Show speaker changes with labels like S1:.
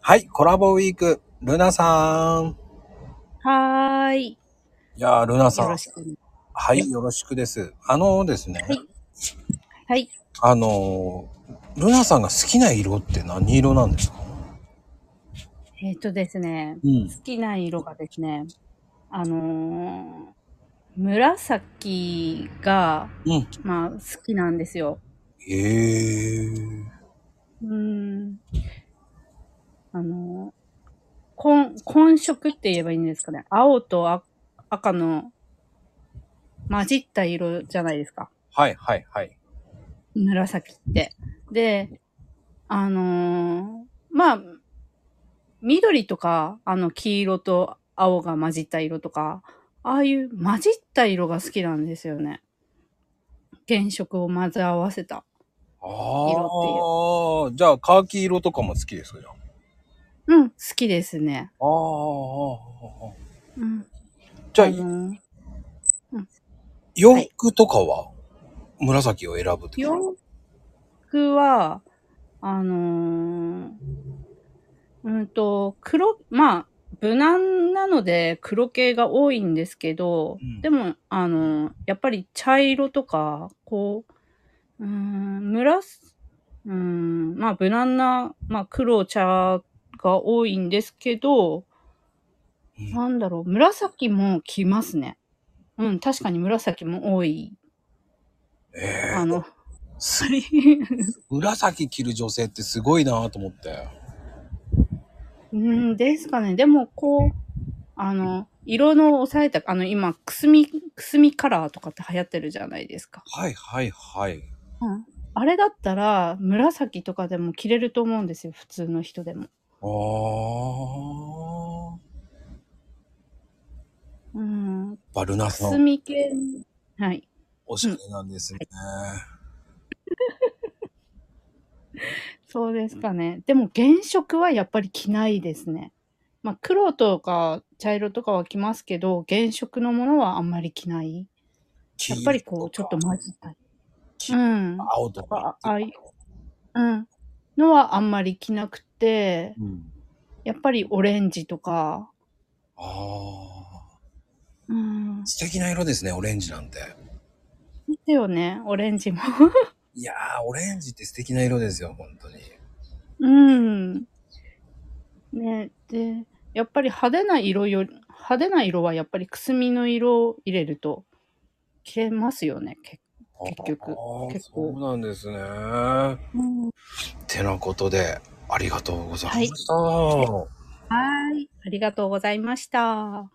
S1: はい、コラボウィーク、ルナさん。
S2: はーい。
S1: いやー、ルナさ
S2: よ
S1: ん
S2: ろ。しく。
S1: はい、よろしくです。あのーですね、
S2: はいはい。
S1: あのー、ルナさんが好きな色って何色なんですか
S2: えっ、とですね、
S1: うん。
S2: 好きな色がですね、あのー、紫が、
S1: うん。
S2: まあ、好きなんですよ。
S1: えー。
S2: うーん。あのー、紺、紺色って言えばいいんですかね。青とあ赤の混じった色じゃないですか。
S1: はい、はい、はい。
S2: 紫って。で、あのーまあ、緑とか、あの、黄色と青が混じった色とか、ああいう混じった色が好きなんですよね。原色を混ぜ合わせた。
S1: あ
S2: 色
S1: あー、じゃあ、カーキ色とかも好きですかじゃあ。あ
S2: うん、好きですね。
S1: あー、あーあー
S2: うん。
S1: じゃあ、
S2: あのー
S1: 洋服とかは紫を選ぶとか。
S2: 洋服は、あのーうんと、黒、まあ、無難なので黒系が多いんですけど、
S1: うん
S2: でも、あのーやっぱり茶色とか、こう、うーん、紫、うーん、まあ、無難な、まあ、黒茶が多いんですけど、
S1: うん
S2: なんだろう、紫も着ますね。うん、確かに紫も多い。
S1: ええ
S2: あの、
S1: す 紫着る女性ってすごいなぁと思って。
S2: うんですかね。でも、こう、あの、色の抑えた、あの、今、くすみ、くすみカラーとかって流行ってるじゃないですか。
S1: はい、はい、はい。
S2: うん。あれだったら、紫とかでも着れると思うんですよ。普通の人でも。
S1: ああ。
S2: うん。
S1: バルナ
S2: く
S1: さ
S2: す
S1: ん、
S2: み系、はい。
S1: おしゃれなんですね。
S2: そうですかね。でも、原色はやっぱり着ないですね。まあ、黒とか茶色とかは着ますけど、原色のものはあんまり着ない。やっぱりこう、ちょっと
S1: 黄
S2: 混じったり。
S1: 黄
S2: うん。
S1: 色とか青とか。
S2: ああいうん。のはあんまり着なくて、
S1: うん
S2: やっぱりオレンジとか、
S1: ああ。
S2: うん。で
S1: 素敵な色ですね、オレンジなんて。
S2: すよね、オレンジも。
S1: いやー、オレンジって素敵な色ですよ、本当に。
S2: うん。ね、で、やっぱり派手な色より、派手な色はやっぱりくすみの色を入れると、着れますよね、結結局
S1: あー
S2: 結構
S1: そうなんですね。
S2: 構。
S1: てなことで、ありがとうございました。
S2: はーい、ありがとうございました。